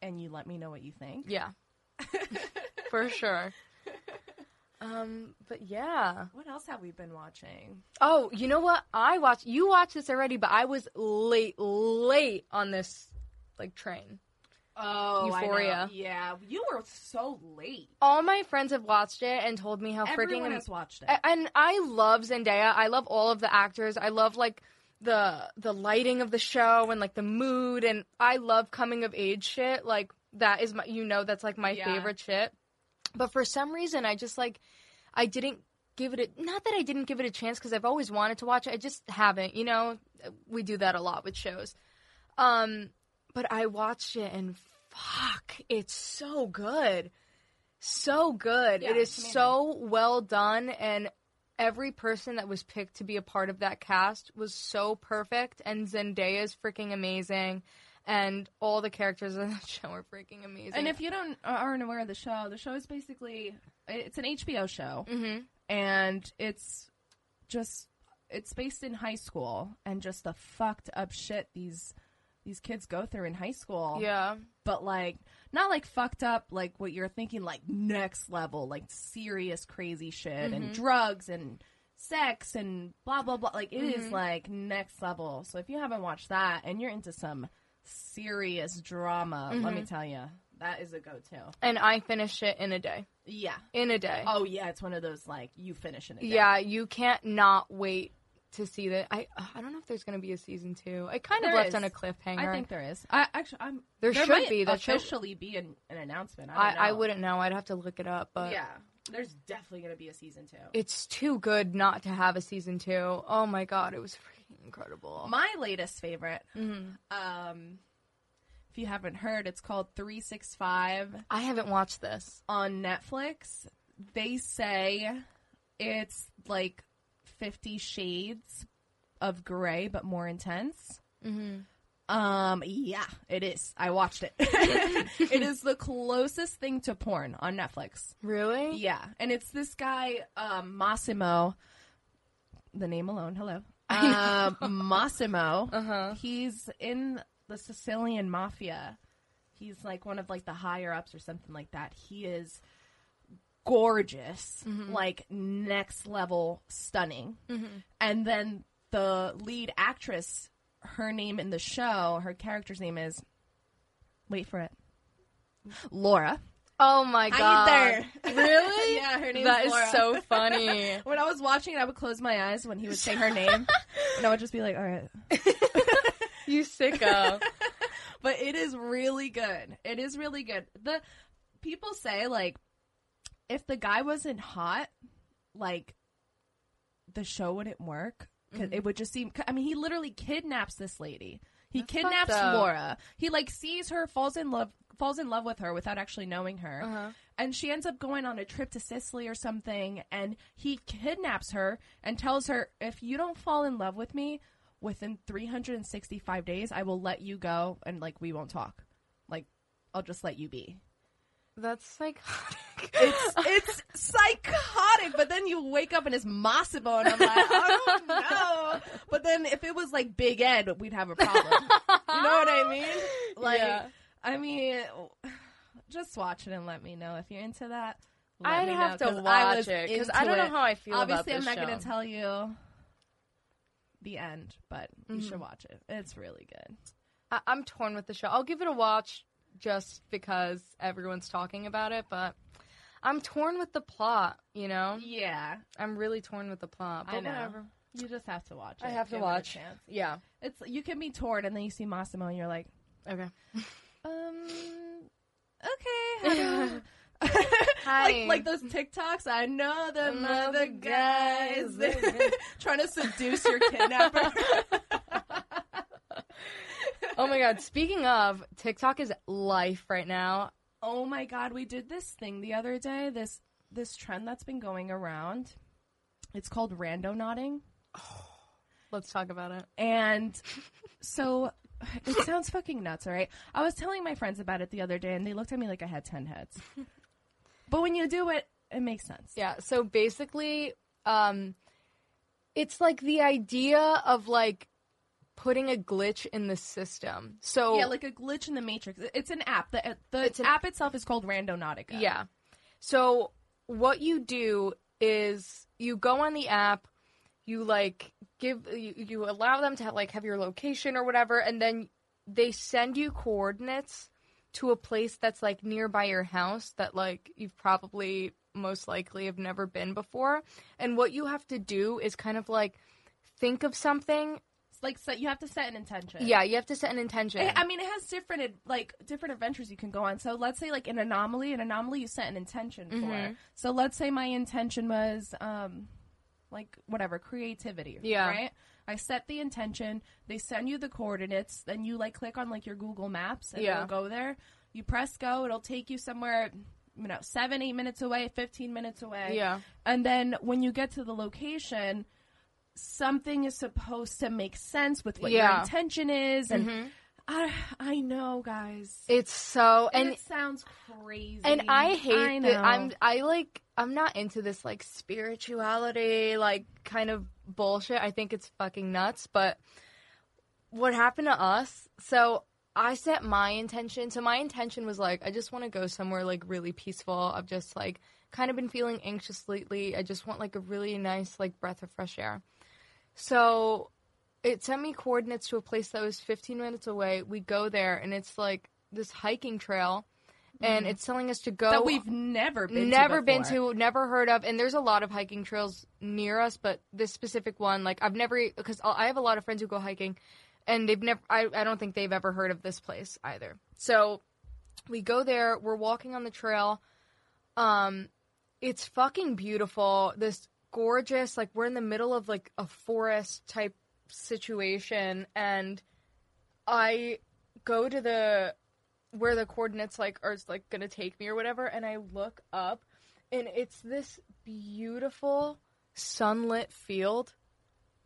Speaker 1: and you let me know what you think.
Speaker 2: yeah, for sure. Um, but yeah.
Speaker 1: What else have we been watching?
Speaker 2: Oh, you know what? I watched. You watched this already, but I was late, late on this like train.
Speaker 1: Oh,
Speaker 2: Euphoria.
Speaker 1: Yeah, you were so late.
Speaker 2: All my friends have watched it and told me how
Speaker 1: Everyone
Speaker 2: freaking
Speaker 1: has watched it.
Speaker 2: A- and I love Zendaya. I love all of the actors. I love like the the lighting of the show and like the mood and I love coming of age shit. Like that is my you know that's like my
Speaker 1: Yeah.
Speaker 2: favorite shit. But for some reason I just like I didn't give it a not that I didn't give it a chance cuz I've always wanted to watch it. I just haven't, you know. We do that a lot with shows. Um but I watched it and fuck, it's so good. So good.
Speaker 1: Yeah,
Speaker 2: it is
Speaker 1: it's amazing.
Speaker 2: so well done and every person that was picked to be a part of that cast was so perfect and Zendaya is freaking amazing and all the characters in the show are freaking amazing.
Speaker 1: and if you don't uh, aren't aware of the show, the show is basically it's an HBO show,
Speaker 2: Mhm.
Speaker 1: and it's just it's based in high school and just the fucked up shit these these kids go through in high school.
Speaker 2: Yeah.
Speaker 1: but like not like fucked up like
Speaker 2: Mm-hmm.
Speaker 1: what you're thinking like next level like serious crazy shit and drugs and sex and blah blah blah. Like it is
Speaker 2: Mm-hmm.
Speaker 1: like next level. So if you haven't watched that and you're into some serious drama, let
Speaker 2: Mm-hmm.
Speaker 1: me tell you, that is a go-to.
Speaker 2: And I finished it in a day.
Speaker 1: Yeah.
Speaker 2: In a day.
Speaker 1: Oh yeah, it's one of those like you finish in a day.
Speaker 2: yeah, you can't not wait to see that. I ugh, I don't know if there's going to be a season two. I kind of
Speaker 1: There
Speaker 2: left
Speaker 1: is.
Speaker 2: on a cliffhanger.
Speaker 1: I think there is. I actually, I'm
Speaker 2: There should
Speaker 1: might
Speaker 2: be. That should-
Speaker 1: officially be an, an announcement. I,
Speaker 2: I,
Speaker 1: don't know.
Speaker 2: I uh, wouldn't know. I'd have to look it up. But
Speaker 1: Yeah, there's definitely gonna be a season two.
Speaker 2: it's too good not to have a season two. Oh my god, it was freaking incredible.
Speaker 1: My latest favorite,
Speaker 2: Mhm.
Speaker 1: um, if you haven't heard, it's called 365
Speaker 2: I haven't watched this.
Speaker 1: on Netflix. They say it's like 50 shades of gray, but more intense.
Speaker 2: Mhm.
Speaker 1: Um, yeah, it is. I watched it. it is the closest thing to porn on Netflix.
Speaker 2: Really?
Speaker 1: Yeah, and it's this guy um, Massimo. The name alone, hello, um, Massimo.
Speaker 2: Uh huh.
Speaker 1: He's in the Sicilian mafia. He's like one of like the higher ups or something like that. He is gorgeous, like next level stunning. And then the lead actress, her name in the show, her character's name is. Wait for it. Laura.
Speaker 2: Oh my god.
Speaker 1: I there.
Speaker 2: Really?
Speaker 1: yeah, her name's
Speaker 2: That is
Speaker 1: Laura.
Speaker 2: so funny.
Speaker 1: When I was watching it, I would close my eyes when he would say her name, and I would just be like, "All right."
Speaker 2: you sicko.
Speaker 1: But it is really good. It is really good. The people say like, if the guy wasn't hot, like, the show wouldn't work. 'Cause
Speaker 2: Mm-hmm.
Speaker 1: It would just seem. I mean, he literally kidnaps this lady. He
Speaker 2: fucked
Speaker 1: kidnaps
Speaker 2: up.
Speaker 1: Laura. He like sees her, falls in love, falls in love with her without actually knowing her.
Speaker 2: Uh-huh.
Speaker 1: and she ends up going on a trip to Sicily or something and he kidnaps her and tells her if you don't fall in love with me within 365 days I will let you go and like we won't talk like I'll just let you be
Speaker 2: That's psychotic.
Speaker 1: it's it's psychotic but then you wake up and it's Massimo and I'm like oh no but then if it was like Big Ed we'd have a problem you know what I mean like
Speaker 2: Yeah.
Speaker 1: I mean just watch it and let me know if you're into that Let
Speaker 2: I'd
Speaker 1: me
Speaker 2: have
Speaker 1: know,
Speaker 2: to
Speaker 1: 'cause I
Speaker 2: watch
Speaker 1: was
Speaker 2: it because
Speaker 1: into
Speaker 2: I don't
Speaker 1: it.
Speaker 2: know how I feel
Speaker 1: Obviously,
Speaker 2: about this
Speaker 1: I'm not going to
Speaker 2: show.
Speaker 1: tell you the end, but you
Speaker 2: Mm-hmm.
Speaker 1: should watch it. It's really good.
Speaker 2: I- I'm torn with the show. I'll give it a watch just because everyone's talking about it, but I'm torn with the plot. You know,
Speaker 1: Yeah,
Speaker 2: I'm really torn with the plot. But
Speaker 1: I know.
Speaker 2: whatever.
Speaker 1: you just have to watch it.
Speaker 2: I have to
Speaker 1: Give it a
Speaker 2: watch.
Speaker 1: chance.
Speaker 2: Yeah.
Speaker 1: It's you can be torn, and then you see Massimo, and you're like,
Speaker 2: Okay.
Speaker 1: um, okay. how do-
Speaker 2: Hi.
Speaker 1: like, like those TikToks. I know them
Speaker 2: Know
Speaker 1: other
Speaker 2: the
Speaker 1: guys
Speaker 2: guys.
Speaker 1: trying to seduce your kidnapper.
Speaker 2: Oh my god. Speaking of TikTok is life right now.
Speaker 1: oh my god we did this thing the other day this this trend that's been going around it's called rando nodding
Speaker 2: Let's talk about it.
Speaker 1: and so it sounds fucking nuts all right i was telling my friends about it the other day and they looked at me like i had 10 heads but when you do it it makes sense
Speaker 2: Yeah. So basically, um, it's like the idea of like putting a glitch in the system. So
Speaker 1: yeah like a glitch in the matrix it's an app the, the
Speaker 2: Oh. It's an-
Speaker 1: app itself is called randonautica
Speaker 2: Yeah. So what you do is you go on the app, you like give you, you allow them to like have your location or whatever and then they send you coordinates to a place that's like nearby your house that like you've probably most likely have never been before and what you have to do is kind of like think of something
Speaker 1: it's like so you have to set an intention
Speaker 2: yeah you have to set an intention
Speaker 1: It- I mean, it has different ad- like different adventures you can go on. So let's say like an anomaly, an anomaly you set an intention for.
Speaker 2: Mhm.
Speaker 1: So let's say my intention was um, like whatever creativity.
Speaker 2: Yeah.
Speaker 1: Right. I set the intention. They send you the coordinates. Then you like click on like your Google Maps and
Speaker 2: Yeah.
Speaker 1: it'll go there. You press go. It'll take you somewhere. You know, seven, eight minutes away, fifteen minutes away.
Speaker 2: yeah
Speaker 1: And then when you get to the location, something is supposed to make sense with what your
Speaker 2: Yeah. Mm-hmm.
Speaker 1: intention is. And I, I know, guys.
Speaker 2: it's so
Speaker 1: And
Speaker 2: and
Speaker 1: it sounds crazy.
Speaker 2: And I hate
Speaker 1: know.
Speaker 2: that I'm I like I'm not into this like spirituality like kind of bullshit. I think it's fucking nuts, but what happened to us? So I set my intention. So my intention was like, I just want to go somewhere like really peaceful. I've just like kind of been feeling anxious lately. I just want like a really nice like breath of fresh air. So it sent me coordinates to a place that was 15 minutes away. We go there and it's like this hiking trail and it's telling us to go
Speaker 1: Mm-hmm. that we've never been
Speaker 2: never
Speaker 1: to
Speaker 2: been
Speaker 1: before.
Speaker 2: to, never heard of. And there's a lot of hiking trails near us, but this specific one, like I've never, because I have a lot of friends who go hiking, and they've never, I, I don't think they've ever heard of this place either. So we go there, we're walking on the trail. Um, it's fucking beautiful. This gorgeous, like we're in the middle of like a forest type situation, and I go to the where the coordinates like are like gonna take me or whatever, and I look up, and it's this beautiful sunlit field,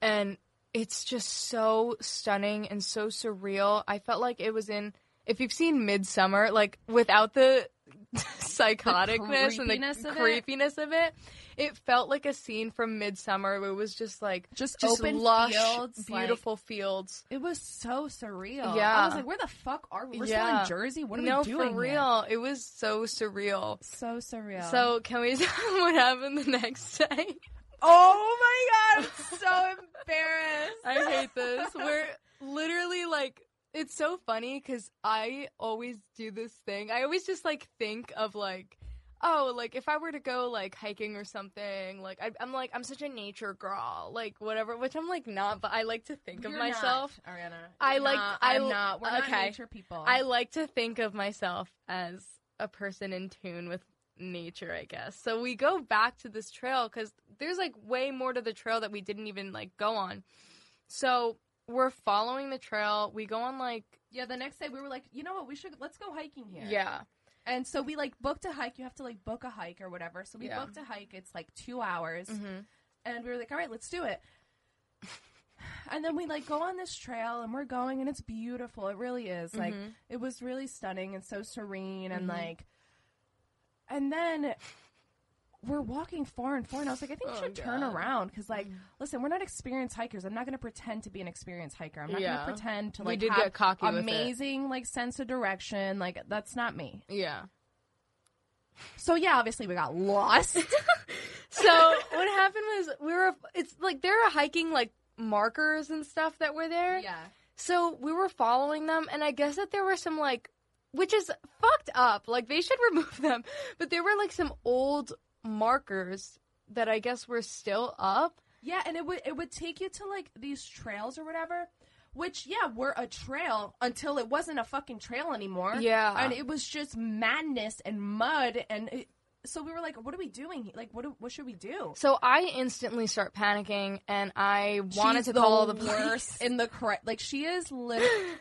Speaker 2: and it's just so stunning and so surreal. I felt like it was in if you've seen Midsummer, like without the psychoticness
Speaker 1: creepiness
Speaker 2: and the
Speaker 1: of it?
Speaker 2: creepiness of it, it felt like a scene from Midsummer. It was just like
Speaker 1: just,
Speaker 2: just
Speaker 1: open
Speaker 2: lush,
Speaker 1: fields, like-
Speaker 2: beautiful fields.
Speaker 1: it was so surreal. I
Speaker 2: Yeah.
Speaker 1: was like, where the fuck are we? We're
Speaker 2: Yeah.
Speaker 1: still in Jersey. What are
Speaker 2: no,
Speaker 1: we doing?
Speaker 2: for
Speaker 1: here?
Speaker 2: real, it was so surreal.
Speaker 1: So surreal.
Speaker 2: So can we tell what happened the next day?
Speaker 1: oh my god, I'm so embarrassed.
Speaker 2: I hate this. We're literally like, it's so funny because I always do this thing. I always just like think of like, oh, like if I were to go like hiking or something, like I, I'm like I'm such a nature girl, like whatever. Which I'm like not, but I like to think of
Speaker 1: You're
Speaker 2: myself.
Speaker 1: not, Ariana.
Speaker 2: I
Speaker 1: You're
Speaker 2: like-
Speaker 1: Not,
Speaker 2: I
Speaker 1: am
Speaker 2: l-
Speaker 1: not. We're not
Speaker 2: okay.
Speaker 1: nature people.
Speaker 2: I like to think of myself as a person in tune with nature, I guess. So we go back to this trail because there's like way more to the trail that we didn't even like go on. So we're following the trail. We go on like
Speaker 1: yeah. The next day we were like, you know what? We should let's go hiking here.
Speaker 2: yeah,
Speaker 1: And so we like booked a hike. You have to like book a hike or whatever. So we
Speaker 2: Yeah. Mm-hmm.
Speaker 1: booked a hike. It's like two hours, and we were like, all right, let's do it. And then we like go on this trail and we're going and it's beautiful. It really is. Like
Speaker 2: Mhm.
Speaker 1: it was really stunning and so serene and
Speaker 2: Mhm.
Speaker 1: like and then we're walking far and far and I was like I think we
Speaker 2: Oh, Mm-hmm.
Speaker 1: should turn
Speaker 2: God.
Speaker 1: around cuz like listen, we're not experienced hikers. I'm not going to pretend to be an experienced hiker. I'm not
Speaker 2: Yeah.
Speaker 1: going to pretend to
Speaker 2: we
Speaker 1: like
Speaker 2: did
Speaker 1: have
Speaker 2: get cocky with
Speaker 1: amazing like sense of direction. Like that's not me.
Speaker 2: it. Yeah.
Speaker 1: So yeah, obviously we got lost.
Speaker 2: So what happened was we were it's like there are hiking like markers and stuff that were there.
Speaker 1: yeah.
Speaker 2: So we were following them, and I guess that there were some like, which is fucked up. Like they should remove them, but there were like some old markers that I guess were still up.
Speaker 1: Yeah, and it would it would take you to like these trails or whatever, which yeah were a trail until it wasn't a fucking trail anymore.
Speaker 2: Yeah.
Speaker 1: and it was just madness and mud and. It, so we were like, "What are we doing? here? Like, what do, what should we do?"
Speaker 2: So I instantly start panicking, and I wanted to
Speaker 1: She's
Speaker 2: call the police.
Speaker 1: worst in the cri- like she is literally.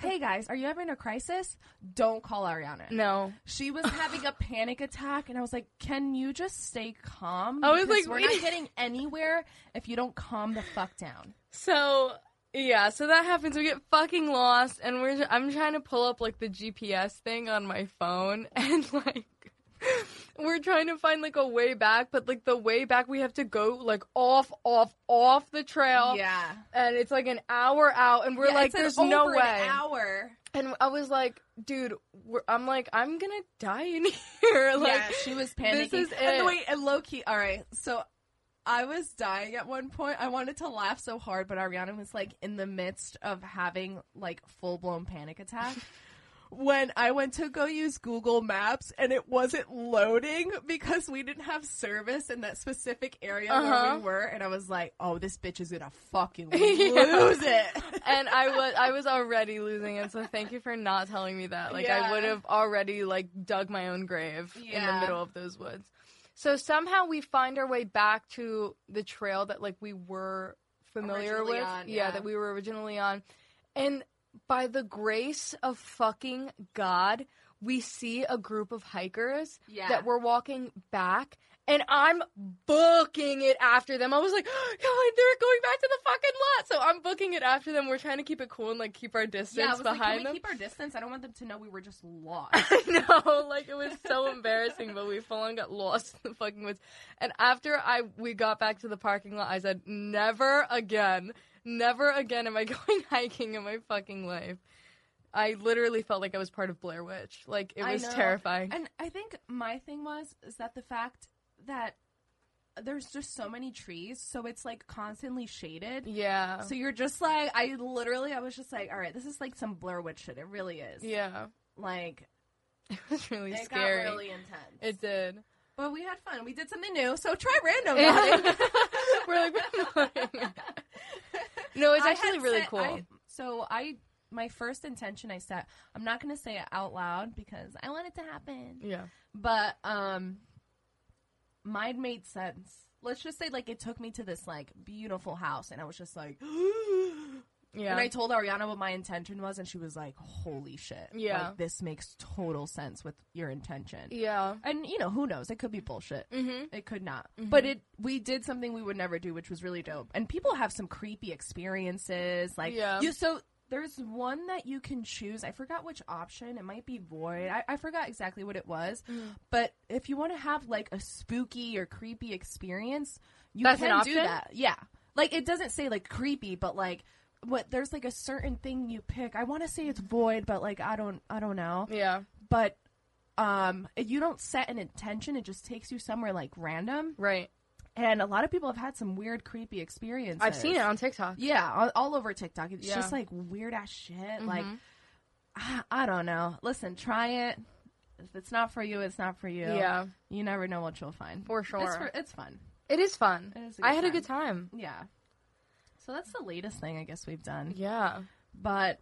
Speaker 1: hey guys, are you having a crisis? Don't call Ariana.
Speaker 2: No,
Speaker 1: She was having a panic attack, and I was like, "Can you just stay calm?
Speaker 2: I was
Speaker 1: Because
Speaker 2: like,
Speaker 1: we're
Speaker 2: we-
Speaker 1: not getting anywhere if you don't calm the fuck down."
Speaker 2: So yeah, so that happens. We get fucking lost, and we're I'm trying to pull up like the GPS thing on my phone, and like we're trying to find like a way back, but like the way back we have to go like off, off, off the trail,
Speaker 1: yeah.
Speaker 2: and it's like an hour out, and we're
Speaker 1: Yeah, it
Speaker 2: like,
Speaker 1: said
Speaker 2: there's no
Speaker 1: over
Speaker 2: way.
Speaker 1: an hour.
Speaker 2: And I was like, dude, we're, I'm like, I'm gonna die in here. Like,
Speaker 1: yeah, she was panicking.
Speaker 2: this is
Speaker 1: And
Speaker 2: it.
Speaker 1: wait, and low key. All right, so I was dying at one point. I wanted to laugh so hard, but Ariana was like in the midst of having like full blown panic attack. When I went to go use Google Maps and it wasn't loading because we didn't have service in that specific area where
Speaker 2: Uh-huh.
Speaker 1: we were, and I was like, "Oh, this bitch is gonna fucking
Speaker 2: Yeah.
Speaker 1: lose it."
Speaker 2: and I was I was already losing it, so thank you for not telling me that. Like
Speaker 1: Yeah.
Speaker 2: I would have already like dug my own grave in
Speaker 1: Yeah.
Speaker 2: the middle of those woods. So somehow we find our way back to the trail that like we were familiar
Speaker 1: Originally
Speaker 2: with.
Speaker 1: on, yeah.
Speaker 2: yeah, that we were originally on. And by the grace of fucking God, we see a group of hikers
Speaker 1: Yeah.
Speaker 2: that were walking back and I'm booking it after them. I was like, God, they're going back to the fucking lot. So I'm booking it after them. We're trying to keep it cool and like keep our distance
Speaker 1: yeah, I was like, "Can
Speaker 2: behind
Speaker 1: we keep our distance? I don't want them to know we were just lost."
Speaker 2: them. I know, like it was so embarrassing, but we full on got lost in the fucking woods. And after I we got back to the parking lot, I said, Never again, never again am I going hiking in my fucking life. I literally felt like I was part of Blair Witch. Like it
Speaker 1: I
Speaker 2: was
Speaker 1: know.
Speaker 2: terrifying.
Speaker 1: And I think my thing was is that the fact that there's just so many trees, so it's like constantly shaded.
Speaker 2: yeah.
Speaker 1: So you're just like, I literally, I was just like, all right, this is like some Blair Witch shit. It really is.
Speaker 2: yeah.
Speaker 1: Like,
Speaker 2: It was really
Speaker 1: it
Speaker 2: scary.
Speaker 1: got really intense.
Speaker 2: It did.
Speaker 1: but we had fun. We did something new. So try random.
Speaker 2: Yeah.
Speaker 1: Yeah.
Speaker 2: We're like, "We're annoying." no, it's
Speaker 1: I
Speaker 2: actually
Speaker 1: had
Speaker 2: really
Speaker 1: set-
Speaker 2: cool.
Speaker 1: I- so I, my first intention I set, I'm not going to say it out loud because I want it to happen.
Speaker 2: yeah.
Speaker 1: But um, mine made sense. Let's just say like it took me to this like beautiful house, and I was just like.
Speaker 2: Yeah.
Speaker 1: And I told Ariana what my intention was, and she was like, "Holy shit!
Speaker 2: Yeah.
Speaker 1: like, this makes total sense with your intention."
Speaker 2: yeah.
Speaker 1: And you know, who knows? It could be bullshit.
Speaker 2: Mhm.
Speaker 1: It could not. But it, we did something we would never do, which was really dope. And people have some creepy experiences, like
Speaker 2: Yeah.
Speaker 1: you. So there's one that you can choose. I forgot which option. It might be void. I, I forgot exactly what it was.
Speaker 2: Mm.
Speaker 1: But if you want to have like a spooky or creepy experience, you
Speaker 2: That's an
Speaker 1: can do
Speaker 2: option?
Speaker 1: that. Yeah. Like it doesn't say like creepy, but like what there's like a certain thing you pick. I want to say it's void, but like I don't I don't know
Speaker 2: Yeah.
Speaker 1: but um you don't set an intention it just takes you somewhere like random
Speaker 2: Right.
Speaker 1: and a lot of people have had some weird creepy experiences
Speaker 2: I've seen it on TikTok.
Speaker 1: yeah all, all over tiktok it's
Speaker 2: Yeah. Mm-hmm.
Speaker 1: just like weird ass shit like I, I don't know listen try it if it's not for you it's not for you
Speaker 2: Yeah.
Speaker 1: you never know what you'll find
Speaker 2: For
Speaker 1: it's,
Speaker 2: sure.
Speaker 1: for, it's fun
Speaker 2: It is fun.
Speaker 1: It is a
Speaker 2: I
Speaker 1: good
Speaker 2: had a
Speaker 1: time.
Speaker 2: good time.
Speaker 1: yeah so that's the latest thing i guess we've done
Speaker 2: Yeah.
Speaker 1: but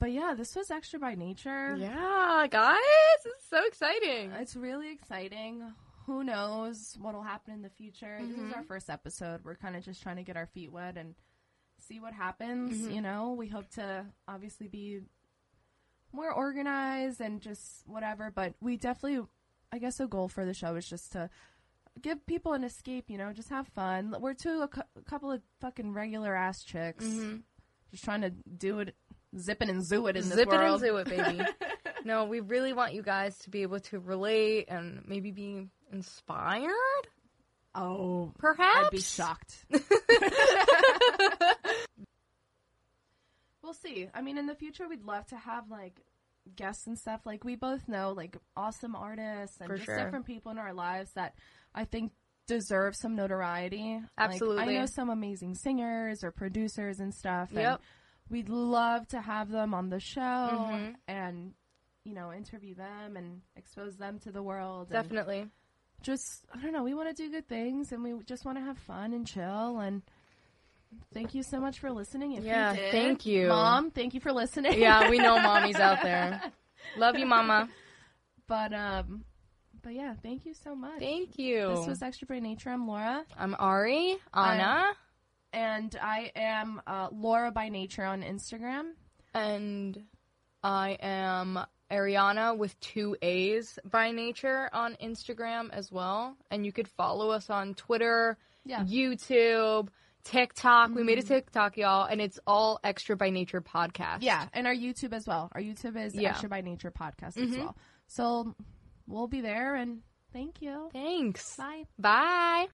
Speaker 1: but yeah this was extra by nature
Speaker 2: Yeah, guys. It's so exciting.
Speaker 1: It's really exciting. Who knows what'll happen in the future?
Speaker 2: Mm-hmm.
Speaker 1: This is our first episode. We're kind of just trying to get our feet wet and see what happens.
Speaker 2: Mm-hmm.
Speaker 1: You know, we hope to obviously be more organized and just whatever, but we definitely, I guess, a goal for the show is just to give people an escape, you know, just have fun. We're two, a, cou- a couple of fucking regular ass chicks
Speaker 2: Mhm.
Speaker 1: just trying to do it, zipping and zoo it in this
Speaker 2: Zip it and
Speaker 1: world.
Speaker 2: do it, baby. no, we really want you guys to be able to relate and maybe be inspired,
Speaker 1: Oh,
Speaker 2: perhaps.
Speaker 1: I'd be shocked. we'll see. I mean, in the future, we'd love to have like guests and stuff. Like we both know, like awesome artists and
Speaker 2: For
Speaker 1: just
Speaker 2: sure.
Speaker 1: different people in our lives that I think deserve some notoriety. Like,
Speaker 2: Absolutely.
Speaker 1: I know some amazing singers or producers and stuff. And
Speaker 2: Yep.
Speaker 1: we'd love to have them on the show
Speaker 2: Mhm.
Speaker 1: and you know interview them and expose them to the world. and-
Speaker 2: Definitely.
Speaker 1: just I don't know. We want to do good things, and we just want to have fun and chill. And thank you so much for listening. If
Speaker 2: Yeah,
Speaker 1: you did,
Speaker 2: thank you.
Speaker 1: mom. Thank you for listening.
Speaker 2: Yeah, we know mommy's out there. Love you, mama.
Speaker 1: but um, but yeah, thank you so much.
Speaker 2: Thank you.
Speaker 1: This was Extra by Nature. I'm Laura,
Speaker 2: I'm Ari, Anna,
Speaker 1: I'm- and I am uh, Laura by Nature on Instagram.
Speaker 2: and I am Ariana with two A's by nature on Instagram as well. And you could follow us on Twitter,
Speaker 1: Yeah.
Speaker 2: YouTube, TikTok. We made a TikTok, y'all, and it's all Extra by Nature podcast.
Speaker 1: Yeah, and our YouTube as well. Our YouTube is
Speaker 2: Yeah.
Speaker 1: Extra by Nature podcast as
Speaker 2: Mhm.
Speaker 1: well. So we'll be there, and thank you.
Speaker 2: Thanks.
Speaker 1: Bye.
Speaker 2: Bye.